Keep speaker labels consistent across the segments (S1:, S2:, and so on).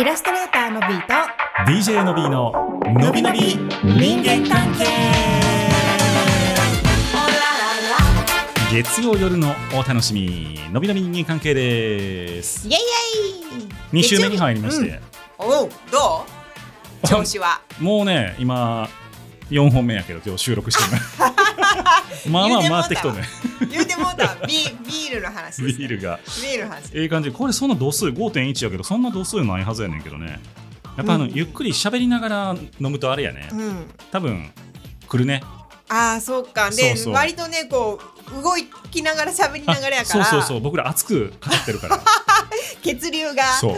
S1: イラストレーターのビーと
S2: DJ のびーののびのび人間関係月曜夜のお楽しみのびのび人間関係です
S1: イエイイエイ
S2: 2週目に入りまして、
S1: おうどう調子は
S2: もうね今4本目やけど今日収録して るまあまあ回ってきとね
S1: 言うてもう たビビールの話で
S2: ビ
S1: す、ね、
S2: ールが
S1: ビールの話
S2: ええ感じこれそんな度数5.1やけどそんな度数ないはずやねんけどねやっぱあの、
S1: うん
S2: ゆっくり喋りながら飲むとあれやね
S1: うん
S2: 多分来るね
S1: ああそうかで
S2: そうそう
S1: 割とねこう動きながら喋りながらやから
S2: あそうそうそう僕ら熱く語ってるから
S1: 血流が
S2: そう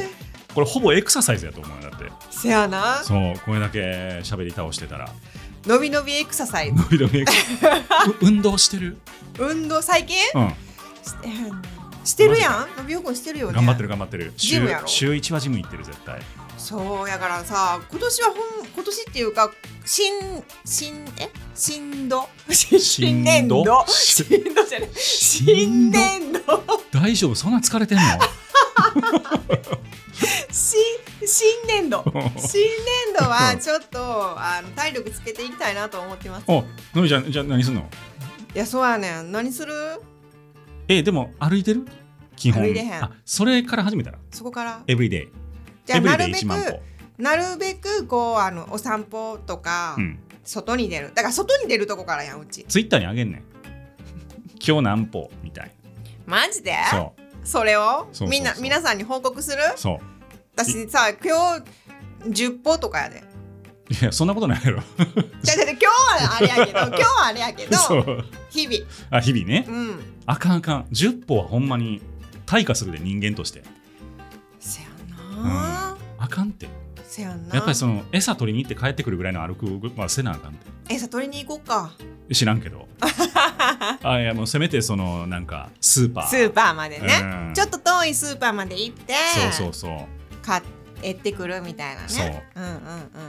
S2: これほぼエクササイズやと思うよだって
S1: せやな
S2: そうこれだけ喋り倒してたら
S1: のびのびエクササイズ
S2: 伸び伸びエクサ う運動してる
S1: 運動最近
S2: うん
S1: してしてるやんのびおくんしてるよね
S2: 頑張ってる頑張ってる
S1: ジ
S2: 週
S1: ムやろ
S2: 週1はジム行ってる絶対
S1: そうやからさ今年はほん今年っていうか新新え新度新年度
S2: 新
S1: 新度じゃない新
S2: 新度
S1: 年度
S2: 大丈夫そんな疲れてん の
S1: 新新年 度新年度はちょっとあの体力つけていきたいなと思ってます
S2: おのびちゃんじゃあ何すんの
S1: いやそうやねん何する
S2: えでも歩いてる基本
S1: 歩いてへん
S2: あそれから始めたら
S1: そこから
S2: エブリデイ
S1: じゃあ
S2: エブ
S1: な
S2: リ
S1: る
S2: デイ
S1: べく
S2: 1万歩
S1: なるべくこうあのお散歩とか、
S2: うん
S1: 外に出るだから外に出るとこからやんうち
S2: ツイッターにあげんねん今日何歩みたい
S1: マジで
S2: な
S1: そ
S2: そ
S1: れを
S2: そうそうそう
S1: みんな皆さんに報告する
S2: うそう
S1: 私さ今日10歩とかやで
S2: いやそんなことないやろ
S1: じゃじゃ今日はあれやけど今日はあれやけど
S2: そう
S1: 日々
S2: あ日々ね
S1: うん
S2: あかんあかん10歩はほんまに退化するで人間として
S1: せやな、
S2: あかんって
S1: せやな
S2: やっぱりその餌取りに行って帰ってくるぐらいの歩くはせなあかんっ
S1: えさ取りに行こうか
S2: て知らんけ どあいやもうせめてそのなんかスーパー
S1: スーパーまでね、
S2: うん
S1: ちょっと遠いスーパーまで行って
S2: そうそうそう
S1: 買ってくるみたいなね
S2: そうん
S1: うんう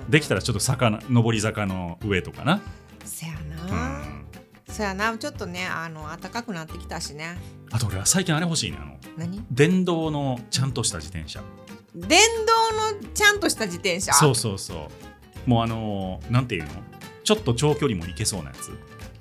S1: ん
S2: できた
S1: ら
S2: らちょっと坂な上り坂の上とかな、
S1: せや
S2: う
S1: な、
S2: ん、
S1: せやなちょっとねあの暖かくなってきたしね
S2: あと俺は最近あれ欲しいねあの
S1: 何
S2: 電動のちゃんとした自転車
S1: 電動のちゃんとした自転車
S2: そうそうそうもうあのーなんていうのちょっと長距離も行けそうなやつ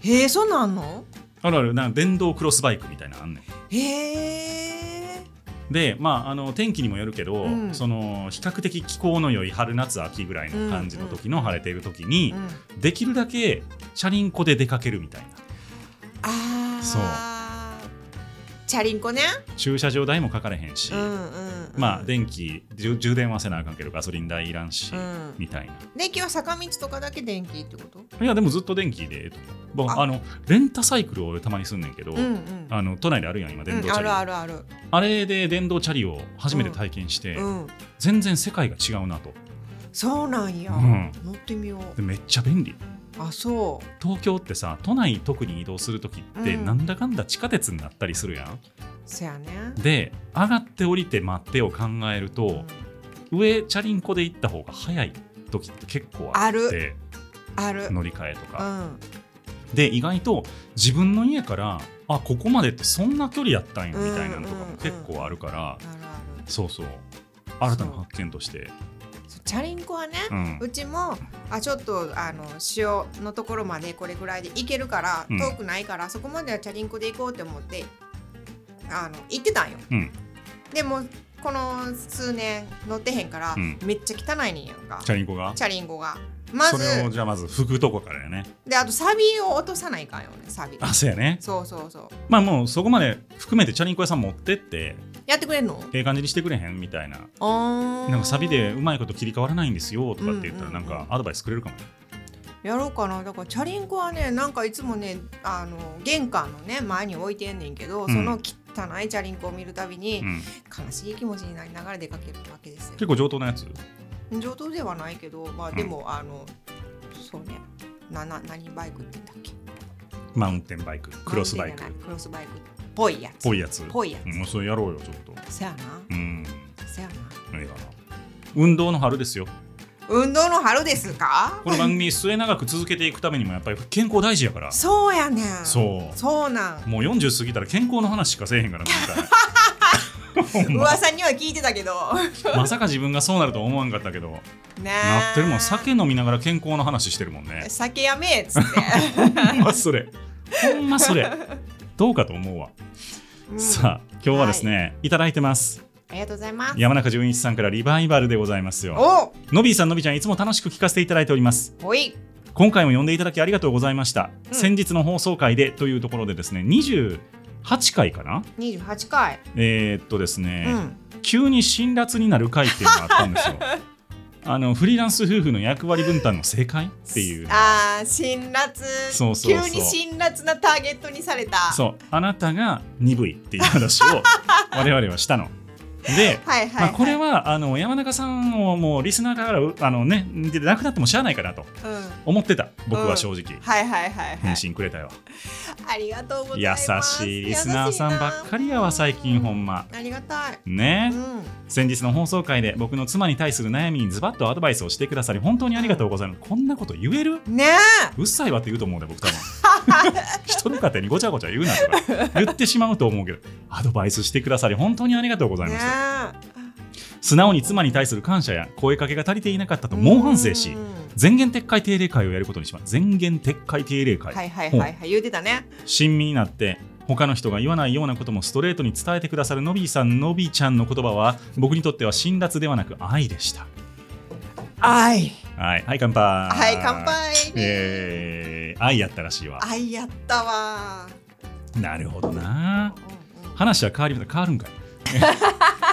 S1: へえそうなんの
S2: あるあるなんか電動クロスバイクみたいなのあんねん
S1: へえ
S2: でまあ、あの天気にもよるけど、
S1: うん
S2: その比較的気候の良い春夏秋ぐらいの感じの時の晴れてる時に、
S1: うん
S2: できるだけチャリンコで出かけるみたい
S1: ああ
S2: そう
S1: チャリンコね
S2: な駐車場代もかかれへんし、
S1: うんうん、うん、
S2: まあ電気充充電はせなあかんけどガソリン代いらんし、
S1: うん
S2: みたいな
S1: 電気は坂道とかだけ電気ってこと
S2: いやでもずっと電気でええと思う僕
S1: あ
S2: あのレンタサイクルを俺たまにすんねんけど、
S1: うんうん
S2: あの都内であるやん今電動チャ
S1: うん、あ
S2: リ、
S1: る
S2: あ
S1: あるある、
S2: れで電動チャリを初めて体験して、
S1: うん
S2: 全然世界が違うなと
S1: そうなんや、
S2: うん
S1: 乗ってみよう
S2: でめっちゃ便利
S1: あそ
S2: 東京ってさ都内特に移動する時って
S1: うん
S2: なんだかんだ地下鉄になったりするやん、
S1: うせやね
S2: で上がって降りて待ってを考える
S1: う
S2: と
S1: ん、
S2: 上チャリンコで行った方が早い時って結構あって
S1: ある
S2: 乗り換えと
S1: う
S2: か、
S1: ん
S2: で意外と自分の家からあここまでってそんな距離やったんやみたいなのとかも結構あるから、
S1: あるある
S2: そうそう新たな発見として
S1: そうチャリンコはね、
S2: う、ん
S1: う、ちもあちょっとあの塩のところまでこれぐらいで行けるから、
S2: うん
S1: 遠くないからそこまではチャリンコで行こうって思ってあの行ってたんよ、
S2: うん
S1: でもこの数年乗ってへんから、
S2: うん
S1: めっちゃ汚いねんやんか
S2: チャリンコが
S1: チャリンコがまず
S2: それをじゃあまず拭くとこからやね
S1: であとサビを落とさないかんよねサビ
S2: あそうやね
S1: そうそうそう
S2: まあもうそこまで含めてチャリンコ屋さん持ってって
S1: やってくれんの
S2: ええ感じにしてくれへんみたいな
S1: あー
S2: なんかサビでうまいこと切り替わらないんですよとかって言った
S1: う
S2: ら
S1: んう
S2: なん
S1: うん
S2: んかアドバイスくれるかも、
S1: やろうかなだからチャリンコはねなんかいつもねあの玄関のね前に置いてんねんけど、
S2: ん
S1: その汚いチャリンコを見るたびに、
S2: うん
S1: 悲しい気持ちになりながら出かけるわけです
S2: 結構上等なやつ
S1: よ。上等ではないけど、まあでも、あのそうね、なな何バイクって言ったっけ？
S2: マウンテンバイククロスバイク
S1: マ
S2: っ
S1: ウンテンじゃないクロスバイクっぽいやつ。
S2: ぽいやつ
S1: ぽいやつ。
S2: もうそれやろうよちょっと
S1: せやな、
S2: うん
S1: せやな。
S2: 何かな運動の春ですよ
S1: 運動の春ですか？
S2: この番組末永く続けていくためにもやっぱり健康大事やから
S1: そうやねん。
S2: そう
S1: そうなん。
S2: もう40過ぎたら健康の話しかせえへんからなんかほんま
S1: 噂には聞いてたけど
S2: まさか自分がそうなるとは思わんかったけど
S1: ね
S2: なってるもん
S1: 酒
S2: 酒飲みながら健康の話してるもん ね
S1: 酒やめえっつって
S2: ほんまそれほんまそれどうかと思うわ、
S1: うん
S2: さあ今日はですね、い、ただいてます
S1: ありがとうございます
S2: 山中純一さんからリバイバルでございますよ
S1: お
S2: のびーさんのびちゃんいつも楽しく聞かせていただいております
S1: ほい
S2: 今回も呼んでいただきありがとうございました、
S1: うん
S2: 先日の放送回でというところでですね28回かな
S1: 28回、
S2: えーっとですね、
S1: うん
S2: 急に辛辣になる回っていうのがあった んですよあのフリーランス夫婦の役割分担の正解っていう
S1: あー辛辣
S2: そうそうそう
S1: 急に辛辣なターゲットにされた
S2: そうあなたが鈍いっていう話を我々はしたので、
S1: はいはい、
S2: ま
S1: は
S2: あ、
S1: い
S2: これはあの山中さんをもうリスナーからうあのねでなくなっても知らないかなと
S1: うん、はい
S2: 思ってた僕は正直、
S1: はいはいはい
S2: 返信くれたよ
S1: ありがとうござい
S2: 優
S1: ます
S2: しいリスナーさんばっかりやわ最近ほんま
S1: ありがたい、
S2: ね、
S1: うん、
S2: 先日の放送回で僕の妻に対する悩みにズバッとアドバイスをしてくださり本当にありがとうございますこんなこと言える
S1: ねえ
S2: うっさいわって言うと思うんだよ 僕多分人の勝手にごちゃごちゃ言うなとか言ってしまうと思うけどアドバイスしてくださり本当にありがとうござい
S1: ね
S2: ました
S1: え
S2: 素直に妻に対する感謝や声かけが足りていなかったと猛反省し
S1: うん
S2: 全言撤回定例会をやることにします全言撤回定例会、
S1: はいはいはいはい言うてたね
S2: 親身になって他の人が言わないようなこともストレートに伝えてくださるのびーさんのびーちゃんの言葉は僕にとっては辛辣ではなく愛でした
S1: 愛
S2: はい、はい、乾杯
S1: はい乾杯
S2: えー愛やったらしいわ
S1: 愛やったわ
S2: なるほどな
S1: うんうん
S2: 話は変わり変わるんか い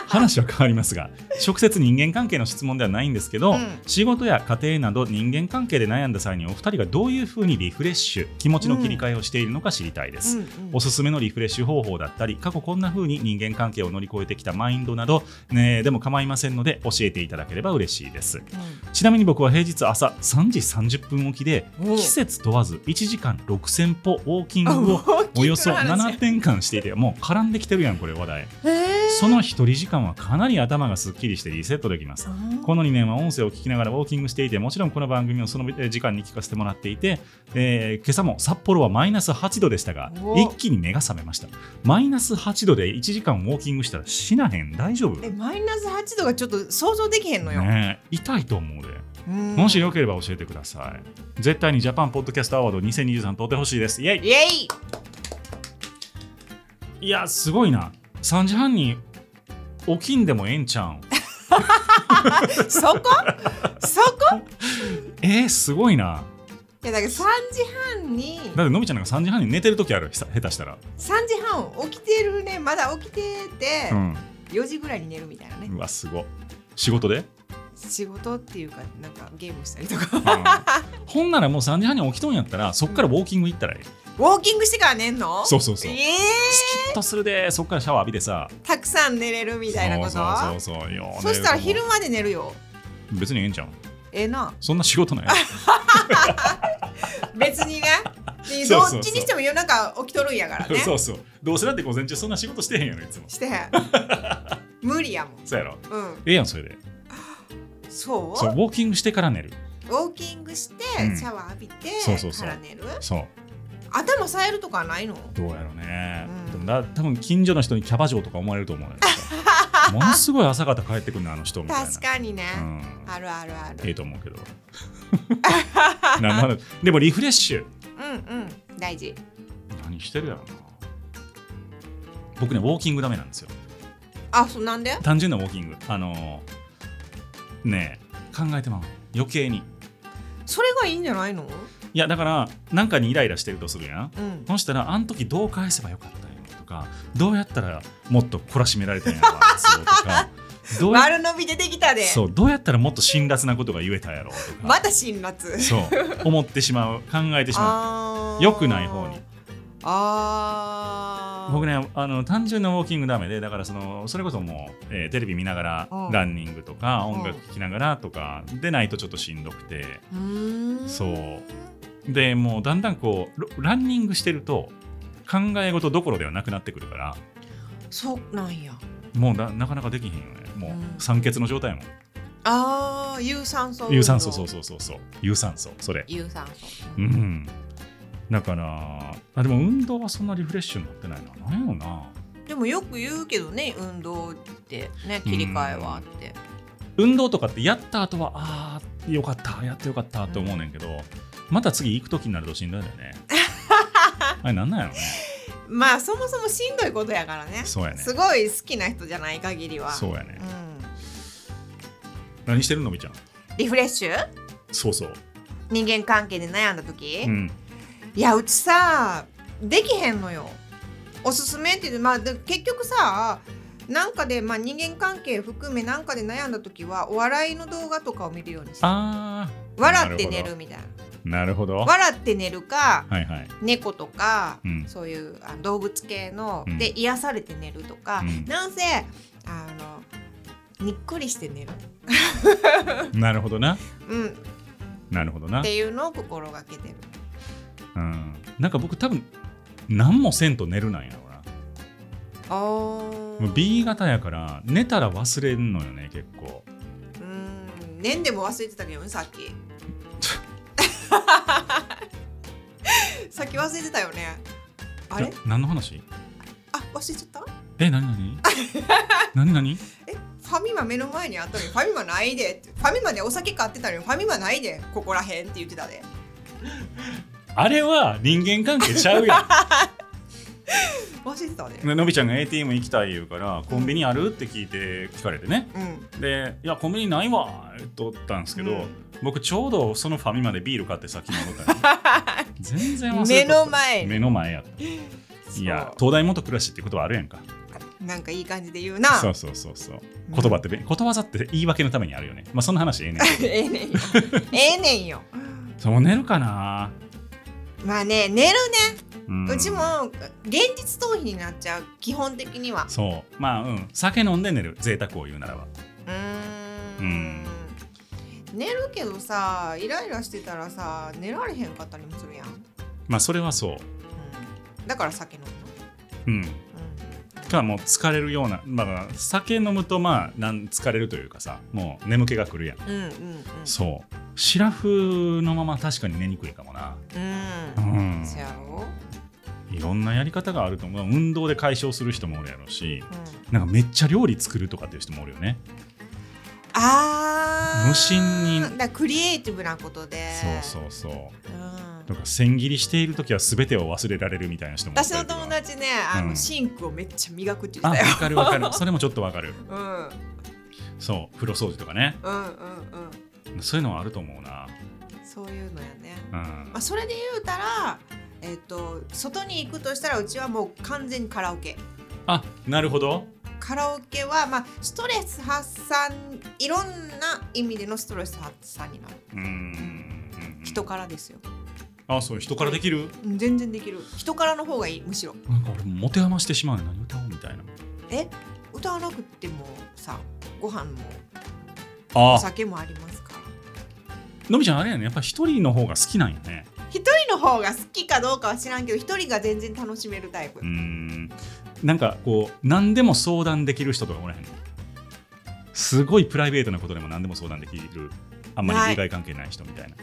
S2: 話は変わりますが直接人間関係の質問ではないんですけど、
S1: うん
S2: 仕事や家庭など人間関係で悩んだ際にお二人がどういうふうにリフレッシュ気持ちの切り替えをしているのか知りたいです、
S1: うんうん
S2: おすすめのリフレッシュ方法だったり過去こんな風に人間関係を乗り越えてきたマインドなど、ね、でも構いませんので教えていただければ嬉しいですちなみに僕は平日朝3時30分起きで
S1: おう
S2: 季節問わず1時間6000歩ウォーキン
S1: あ
S2: グ を
S1: 大きく
S2: およそ
S1: なる話
S2: 7点間していてもう絡んできてるやんこれ話題
S1: へえ
S2: その一人時間はかなり頭がすっきりしてリセットできますこの2年は音声を聞きながらウォーキングしていてもちろんこの番組をそのえー時間に聞かせてもらっていて、えー今朝も札幌はマイナス8度でしたが
S1: お
S2: 一気に目が覚めましたマイナス8度で1時間ウォーキングしたら死なへん大丈夫
S1: えマイナス8度がちょっと想像できへんのよ、
S2: ねえ痛いと思うで
S1: うん
S2: もしよければ教えてください絶対にジャパンポッドキャストアワード2023取ってほしいですイエイ
S1: イエイ
S2: いやすごいな3時半に起きんでもええんちゃうん
S1: そこそこ
S2: えー、すごいない
S1: やだけど3時半に
S2: だってのびちゃんなんか3時半に寝てる時あるひさ下手したら、
S1: 3時半起きてるねまだ起きてて、
S2: うん、
S1: 4時ぐらいに寝るみたいなね
S2: うわすご仕事で、
S1: 仕事っていうかなんかゲームしたりとか
S2: ほんならもう3時半に起きとんやったらそっからウォーキング行ったらええ、
S1: ウォーキングしてから寝んの
S2: そうそうそう、
S1: え
S2: スキッとするでそっからシャワー浴びてさ
S1: ー、たくさん寝れるみたいなこと
S2: そうそうそうそうよう
S1: そしたら
S2: 寝る
S1: 昼まで寝るよ
S2: と思う別にええんちゃう
S1: ええな
S2: そんな仕事ない
S1: 別にね で
S2: そ
S1: ど
S2: う
S1: っ
S2: そうそう
S1: ちにしても夜中起きとるんやからね
S2: そうそうどうせだって午前中そんな仕事してへんやろいつも
S1: してへん無理やもん
S2: そうやろ
S1: うん
S2: ええやんそれで
S1: そう
S2: そうウォーキングしてから寝る
S1: ウォーキングして
S2: うん
S1: シャワー浴びて、
S2: そうそうそう
S1: から寝る
S2: そう
S1: 頭さえるとかないの
S2: どうやろうね、
S1: うん
S2: でもな多分近所の人にキャバ嬢とか思われると思うよ ものすごい朝方帰ってくるのあの人みたいな
S1: 確かにね、
S2: うん、
S1: あるあるあ
S2: ええ
S1: る
S2: と思うけど ななるでもリフレッシュ
S1: うんうん大事
S2: 何してるやろな僕ねウォーキングダメなんですよ
S1: あそうなんで
S2: 単純なウォーキングあのーねえ考えてまう余計に
S1: それがいいんじゃないの
S2: いやだからなんかにイライラしてるとするやん
S1: うん
S2: そしたらあの時どう返せばよかったんやろとかどうやったらもっと懲らしめられたんやろあいつをとかどうやっ
S1: 丸伸び出てきたで
S2: そうどうやったらもっと辛辣なことが言えたやろとか、
S1: また辛辣
S2: そう思ってしまう考えてしまう
S1: あー
S2: 良くない方に
S1: あー
S2: 僕ねあの単純なウォーキングダメでだからそのそれこそもう、えーテレビ見ながら
S1: うん
S2: ランニングとか
S1: うん
S2: 音楽聴きながらとかでないとちょっとしんどくて
S1: うーん
S2: そうでもうだんだんこうロランニングしてると考え事どころではなくなってくるから
S1: そうなんや
S2: もうななかなかできへんよねも
S1: うん
S2: う酸欠の状態やもん、
S1: あー有酸素運動
S2: 有酸素そうそうそうそう有酸素それ
S1: 有酸素
S2: うんだからあでも運動はそんなリフレッシュになってないな何やろな
S1: でもよく言うけどね運動ってね切り替えはあって
S2: 運動とかってやった後はあーよかったやってよかったと思うねんけど、また次行く時になるとしんどいんだよ ねあれなんなんやろね
S1: まあそもそもしんどいことやからね
S2: そうやね
S1: すごい好きな人じゃない限りは
S2: そうやね
S1: う
S2: 何してるのみちゃん
S1: ん、リフレッシュ
S2: そうそう
S1: 人間関係で悩んだ時、
S2: うん
S1: いやうちさできへんのよおすすめって言ってまあで結局さなんかで、まあ、人間関係含めなんかで悩んだ時はお笑いの動画とかを見るようにして
S2: あ
S1: 笑って寝
S2: なるほ
S1: る
S2: ど
S1: みたいな
S2: ーなるほどは
S1: 笑って寝るか
S2: いはい
S1: 猫とか、
S2: うん
S1: そういうあ動物系の、
S2: うん
S1: で癒されて寝るとか、
S2: うん
S1: なんせあのにっこりして寝る、
S2: なるほどな
S1: うん、っ
S2: なるほどな
S1: ていうのを心がけてる
S2: うんなんか僕多分何もせんと寝るなんやろうな
S1: お
S2: もう B 型やから寝たら忘れんのよね結構
S1: うん年でも忘れてたけどねさっ きさっき忘れてたよねあれ
S2: な何の話
S1: あ忘れちゃった
S2: え何 何何何
S1: えファミマ目の前にあったのにファミマないでってファミマでお酒買ってたのにファミマないでここらへんって言ってたで
S2: あれは人間関係ちゃうや
S1: 忘れてたで、
S2: んのびちゃんが ATM 行きたい言うからコンビニあるって聞いて聞かれてね
S1: うん
S2: で「いやコンビニないわ」って言ったんですけど、
S1: うん
S2: 僕ちょうどそのファミマでビール買って先に戻ったんよ 全然忘れ
S1: 目
S2: とった
S1: の前に
S2: 目の前やった
S1: そう
S2: いや東大元暮らしって言葉あるやんか
S1: なんかいい感じで言うな
S2: そうそうそうそう言葉ってべことわざって言い訳のためにあるよねまあそんな話ええねん
S1: ええねんよええねんよ
S2: そうもう寝るかな、
S1: まあね寝るね、
S2: ん
S1: うちも現実逃避になっちゃう基本的には
S2: そうまあうん酒飲んで寝る贅沢を言うならば
S1: うーん寝るけどさイライラしてたらさ寝られへんかったりもするやん、う、
S2: まあそれはそうん
S1: だから酒飲むの、
S2: うん
S1: う
S2: かもう疲れるようなまあ酒飲むとまあなん疲れるというかさもう眠気がくるやん
S1: ん、うんうんうん
S2: そうシラフのまま確かに寝にくいかもなう
S1: うんんそやろ、
S2: いろんなやり方があると思う運動で解消する人もおるやろうし
S1: うん、
S2: なんかめっちゃ料理作るとかっていう人もおるよね
S1: あー
S2: 無心に
S1: だからクリエイティブなことで
S2: そうそうそう
S1: う、うん、
S2: とか千切りしている時は全てを忘れられるみたいな人もおった
S1: 私
S2: り
S1: の
S2: とか
S1: 友達ねあの、
S2: うん
S1: シンクをめっちゃ磨くって
S2: あ
S1: 言ってた
S2: わ
S1: よ
S2: かるわかるそれもちょっとわかる
S1: うんうん
S2: そう風呂掃除とかね
S1: うんうん
S2: そういうのはあると思うな
S1: そういうのやね、
S2: うん
S1: まあ、それで言うたらえっ、と外に行くとしたらうちはもう完全にカラオケ
S2: あなるほど
S1: カラオケは、まあ、ストレス発散いろんな意味でのストレス発散になる
S2: うんうん
S1: 人からですよ
S2: あそう人からできる
S1: うん全然できる人からの方がいいむしろ
S2: なんか俺持て余してしまうね何歌おうみたいな
S1: え歌わなくてもさご飯もお
S2: あ
S1: 酒もありますから
S2: のびちゃんあれやねやっぱ一人の方が好きなんやね
S1: 一人の方が好きかどうかは知らんけど一人が全然楽しめるタイプ、
S2: うんなんかこう何でも相談できる人とかおらへんのすごいプライベートなことでも何でも相談できるあんま
S1: ない
S2: り利害関係ない人みたい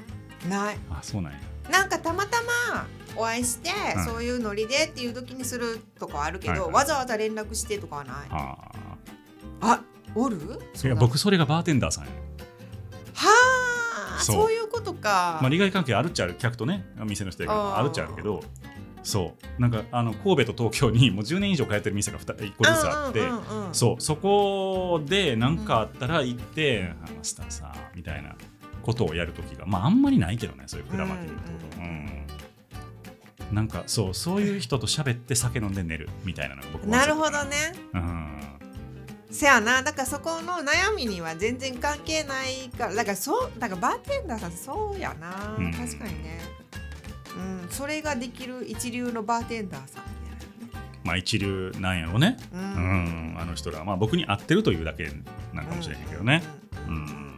S2: な
S1: ない
S2: あそうなんや
S1: なんかたまたまお会いして、
S2: うん
S1: そういうノリでっていう時にするとかはあるけど、
S2: はいはい
S1: わざわざ連絡してとかはないあ
S2: あ
S1: おる
S2: ーいや僕それがバーテンダーさんやね
S1: はあそ
S2: そうう
S1: いうことか、
S2: まあ、利害関係あるっちゃある客とね店の人やか
S1: あー
S2: らあるっちゃあるけどそうなんかあの神戸と東京にもう10年以上通ってる店が1個ずつあって、
S1: うんうんうんうん
S2: そうそこで何かあったら行って「あマスターさ」みたいなことをやるときがまああんまりないけどねそういう蔵巻きのってこ
S1: う
S2: と、
S1: ん
S2: うんなんかそうそういう人と喋って酒飲んで寝るみたいなのが僕は
S1: なるほどね
S2: うん
S1: せやなだからそこの悩みには全然関係ないからだからそうだからバーテンダーさんそうやな、
S2: うん
S1: 確かにねうんそれができる一流のバーテンダーさんみたい
S2: まあ一流なんやろうね
S1: な
S2: う
S1: ね
S2: ん、あの人らはまあ僕に合ってるというだけなんかもしれへんけどね、
S1: う
S2: うんん
S1: うんうんうん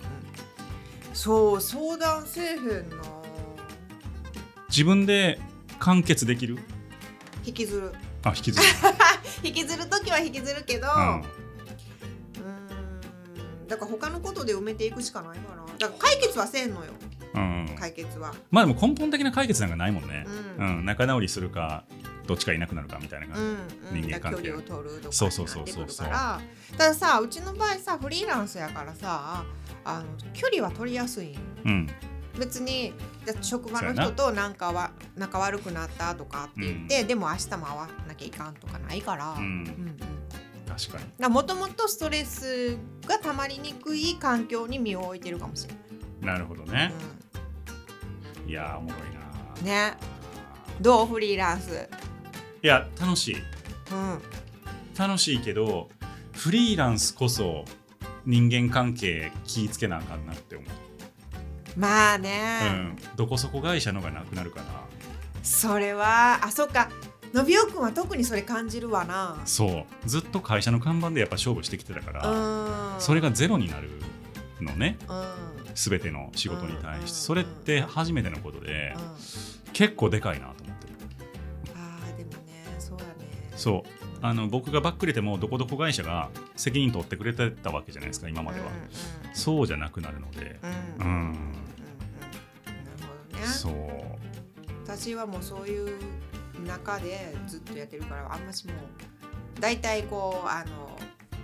S1: そう相談せえへんな
S2: 自分で完結できる
S1: 引きずる
S2: あ引き ずる、
S1: 引きずる時は引きずるけど
S2: うん
S1: うんだから他のことで埋めていくしかないかなだから解決はせんのよ
S2: うん、
S1: 解決は
S2: まあでも根本的な解決なんかないもんね、
S1: う
S2: うんん仲直りするかどっちかいなくなるかみたいな
S1: う
S2: 感
S1: ん
S2: じ
S1: うん、
S2: 人間関係
S1: 距離を取るとか
S2: そう
S1: に
S2: そう
S1: な
S2: そ
S1: っ
S2: う
S1: て
S2: そ
S1: く
S2: う
S1: る
S2: そ
S1: か
S2: う
S1: らたださうちの場合さフリーランスやからさあの距離は取りやすいん
S2: じ。うん
S1: 別にじゃあ職場の
S2: そうや
S1: 人
S2: な
S1: となんかは仲悪くなったとかって言って、でも明日も会わなきゃいかんとかないから、
S2: う
S1: うんんうん、だか
S2: 確かに
S1: らもともとストレスがたまりにくい環境に身を置いてるかもしれ
S2: なるほど
S1: ない
S2: ね。、いやーおもろいな
S1: うん、
S2: ー。
S1: ねどうフリーランス、
S2: いや楽しい
S1: うん、
S2: 楽しいけどフリーランスこそ人間関係気ぃつけなあかんなって思う。
S1: まあ
S2: う
S1: ね、
S2: んどこそこ会社のがなくなるかな。
S1: それはあそっかのびおくんは特にそれ感じるわな
S2: そうずっと会社の看板でやっぱ勝負してきてたから、
S1: うん
S2: それがゼロになるのね
S1: うん
S2: 全ての仕事に対して、
S1: うん
S2: それって初めてのことで、
S1: うんあ
S2: 結構でかいなと思ってる
S1: ーでもねそうだね
S2: そうあの僕がばっくれてもどこどこ会社が責任取ってくれてたわけじゃないですか今までは、
S1: う
S2: そうじゃなくなるので
S1: んうんうん
S2: う
S1: うんうんな
S2: ん、
S1: るほどね
S2: そう
S1: 私はもうそういう中でずっとやってるからあんましもう大体こうあの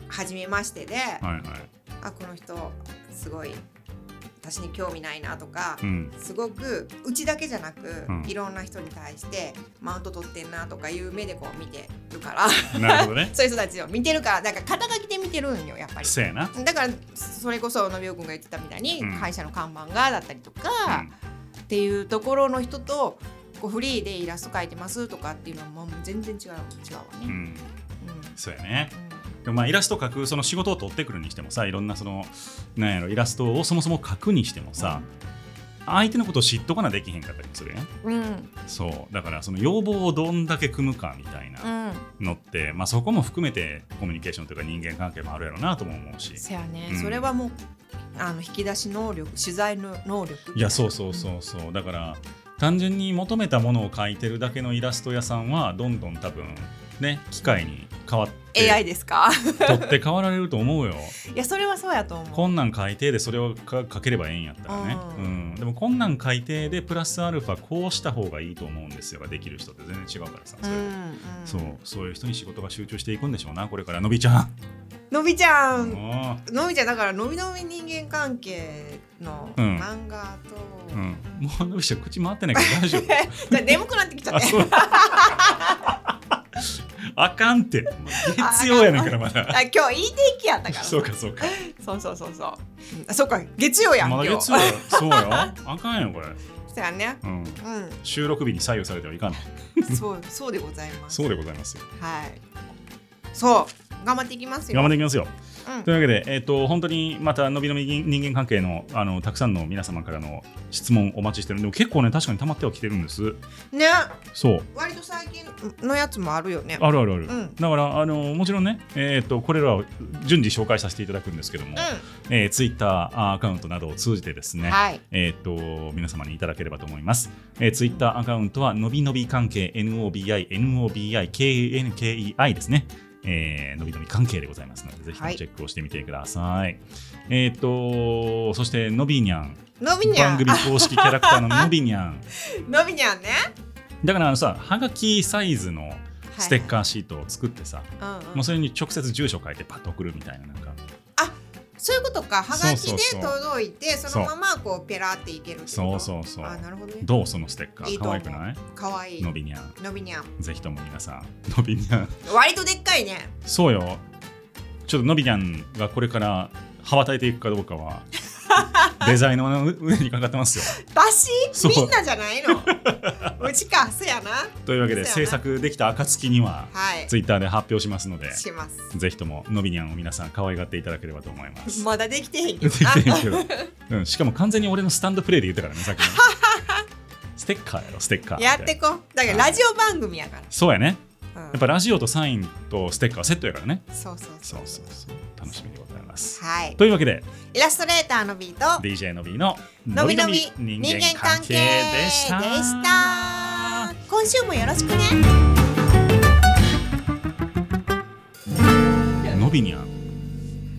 S1: 初めましてで、
S2: はいはい
S1: あこの人すごい私に興味ないなとか
S2: う、ん
S1: すごくうちだけじゃなく、
S2: うん
S1: いろんな人に対してマウント取ってんなとかいう目でこう見てるから
S2: なるほどね
S1: そういう人たちを見てるからだから肩書きで見てるんよやっぱり。
S2: せやな、
S1: だからそれこそのびおくんが言ってたみたいに、
S2: うん
S1: 会社の看板がだったりとか、っていうところの人とこうフリーでイラスト描いてますとかっていうのはもう全然違う違うわ
S2: うんう
S1: ね。
S2: ん
S1: うん
S2: そうやねでもまあイラスト描くその仕事を取ってくるにしてもさいろんなそのなんやろイラストをそもそも描くにしてもさ、相手のことを知っとかなできへんかったりもするやん
S1: うんうん
S2: そうだからその要望をどんだけ組むかみたいなのって、まあ、そこも含めてコミュニケーションというか人間関係もあるやろうなとも思うし
S1: せやね、
S2: うん
S1: それはもうあの引き出し能力取材の能力
S2: いやそうそうそうそうだから単純に求めたものを描いてるだけのイラスト屋さんはどんどん多分ね機械に変わっ
S1: AI
S2: て
S1: ですか
S2: 取って変わられると思うよ。
S1: いやそれはそうやと思う。
S2: こんなん改定でそれをかかければええんやったらね、
S1: う
S2: う
S1: んん
S2: でもこんなん改定でプラスアルファこうした方がいいと思うんですよができる人って全然違うからさそれ、
S1: うんうん
S2: そうそういう人に仕事が集中していくんでしょうなこれからのびちゃん、
S1: のびちゃ、
S2: うん
S1: のびちゃんだからのびのび人間関係の
S2: うん
S1: 漫画と、
S2: うん、もうのびちゃん口回ってないから大丈夫
S1: じゃあ眠くなってきちゃ
S2: あ
S1: って
S2: そう あかんって月曜やねんからまだ
S1: あ今日いい天気やったから
S2: そうかそうか
S1: そうそうそうそううんあそうか月曜やん
S2: まだ
S1: 今日
S2: 月曜やそうよあかんよこれ、
S1: そうやね
S2: うん、
S1: う
S2: 収録日に左右されてはいかん
S1: んそうそうでございます
S2: そうでございますよ
S1: はいそう頑張っていきますよ
S2: 頑張っていきますよ
S1: うん
S2: というわけで、えっと本当にまたのびのび人人間関係のあのたくさんの皆様からの質問お待ちしてるんででも結構ね確かに溜まってはきてるんです
S1: ね
S2: そう
S1: 割と最近のやつもあるよね
S2: あるあるある、
S1: うん
S2: だからあのもちろんね、えっとこれらを順次紹介させていただくんですけども、えー、ツイッターアカウントなどを通じてです
S1: うん
S2: ね、
S1: はい
S2: えーっと皆様にいただければと思います。えー、ツイッターアカウントはのびのび関係 NOBI、NOBI、KNKEI ですね。えーのびのび関係でございますので、ぜひとも
S1: はい
S2: チェックをしてみてください。えーっと、そしてのびにゃん、
S1: のびにゃ
S2: 番
S1: ん
S2: 組公式キャラクタ ーののびにゃん。
S1: のびにゃんね
S2: だからあのさ、はがきサイズのステッ
S1: ー
S2: カーシートを作ってさ、もうそれに直接住所書いてパッと送るみたいな、なんか、
S1: そういうことかはがき
S2: そう
S1: で
S2: そうそう
S1: 届いてそのままこうペラっていけるってこと
S2: そうそうそう
S1: あなるほどね
S2: どうそのステッカ
S1: い
S2: ー、
S1: いと思
S2: 可
S1: う
S2: 愛くない
S1: かわいい
S2: のびにゃん、
S1: のびにゃん
S2: ぜひとも皆さん、のびにゃん。
S1: 割とでっかいね
S2: そうよ。ちょっとのびちゃんがこれから羽ばたいていくかどう かはデザイナーの腕にかかってますよ。
S1: 私
S2: そう
S1: みんなじゃないのうちかそやな
S2: というわけで
S1: そう
S2: 制
S1: やな
S2: 作できた暁には
S1: はい
S2: ツイッターで発表しますので
S1: します
S2: ぜひとものびにゃんを皆さん可愛がっていただければと思い ます。
S1: まだできてへんけ
S2: で
S1: どな
S2: きてへんけどうん、しかも完全に俺のスタンドプレイで言ったから ねさっきのステッカーやろステッカー
S1: やってこだからラジオ番組やか
S2: そうやね
S1: ら、うん
S2: やっぱラジオとサインとステッカーはセットやからね
S1: そうそうそ
S2: そううそうそう楽しみでございます
S1: はい
S2: というわけで
S1: イラストレーターのビート
S2: DJ のびの
S1: のびのび
S2: 人
S1: 人
S2: 間
S1: 間
S2: 関
S1: 関
S2: 係
S1: 係
S2: で
S1: で
S2: し
S1: したた今週もよろしくね
S2: のびにゃん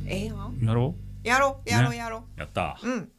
S1: ええよ
S2: やろ
S1: やろうやろう
S2: ね
S1: やろ
S2: うやった
S1: う、うん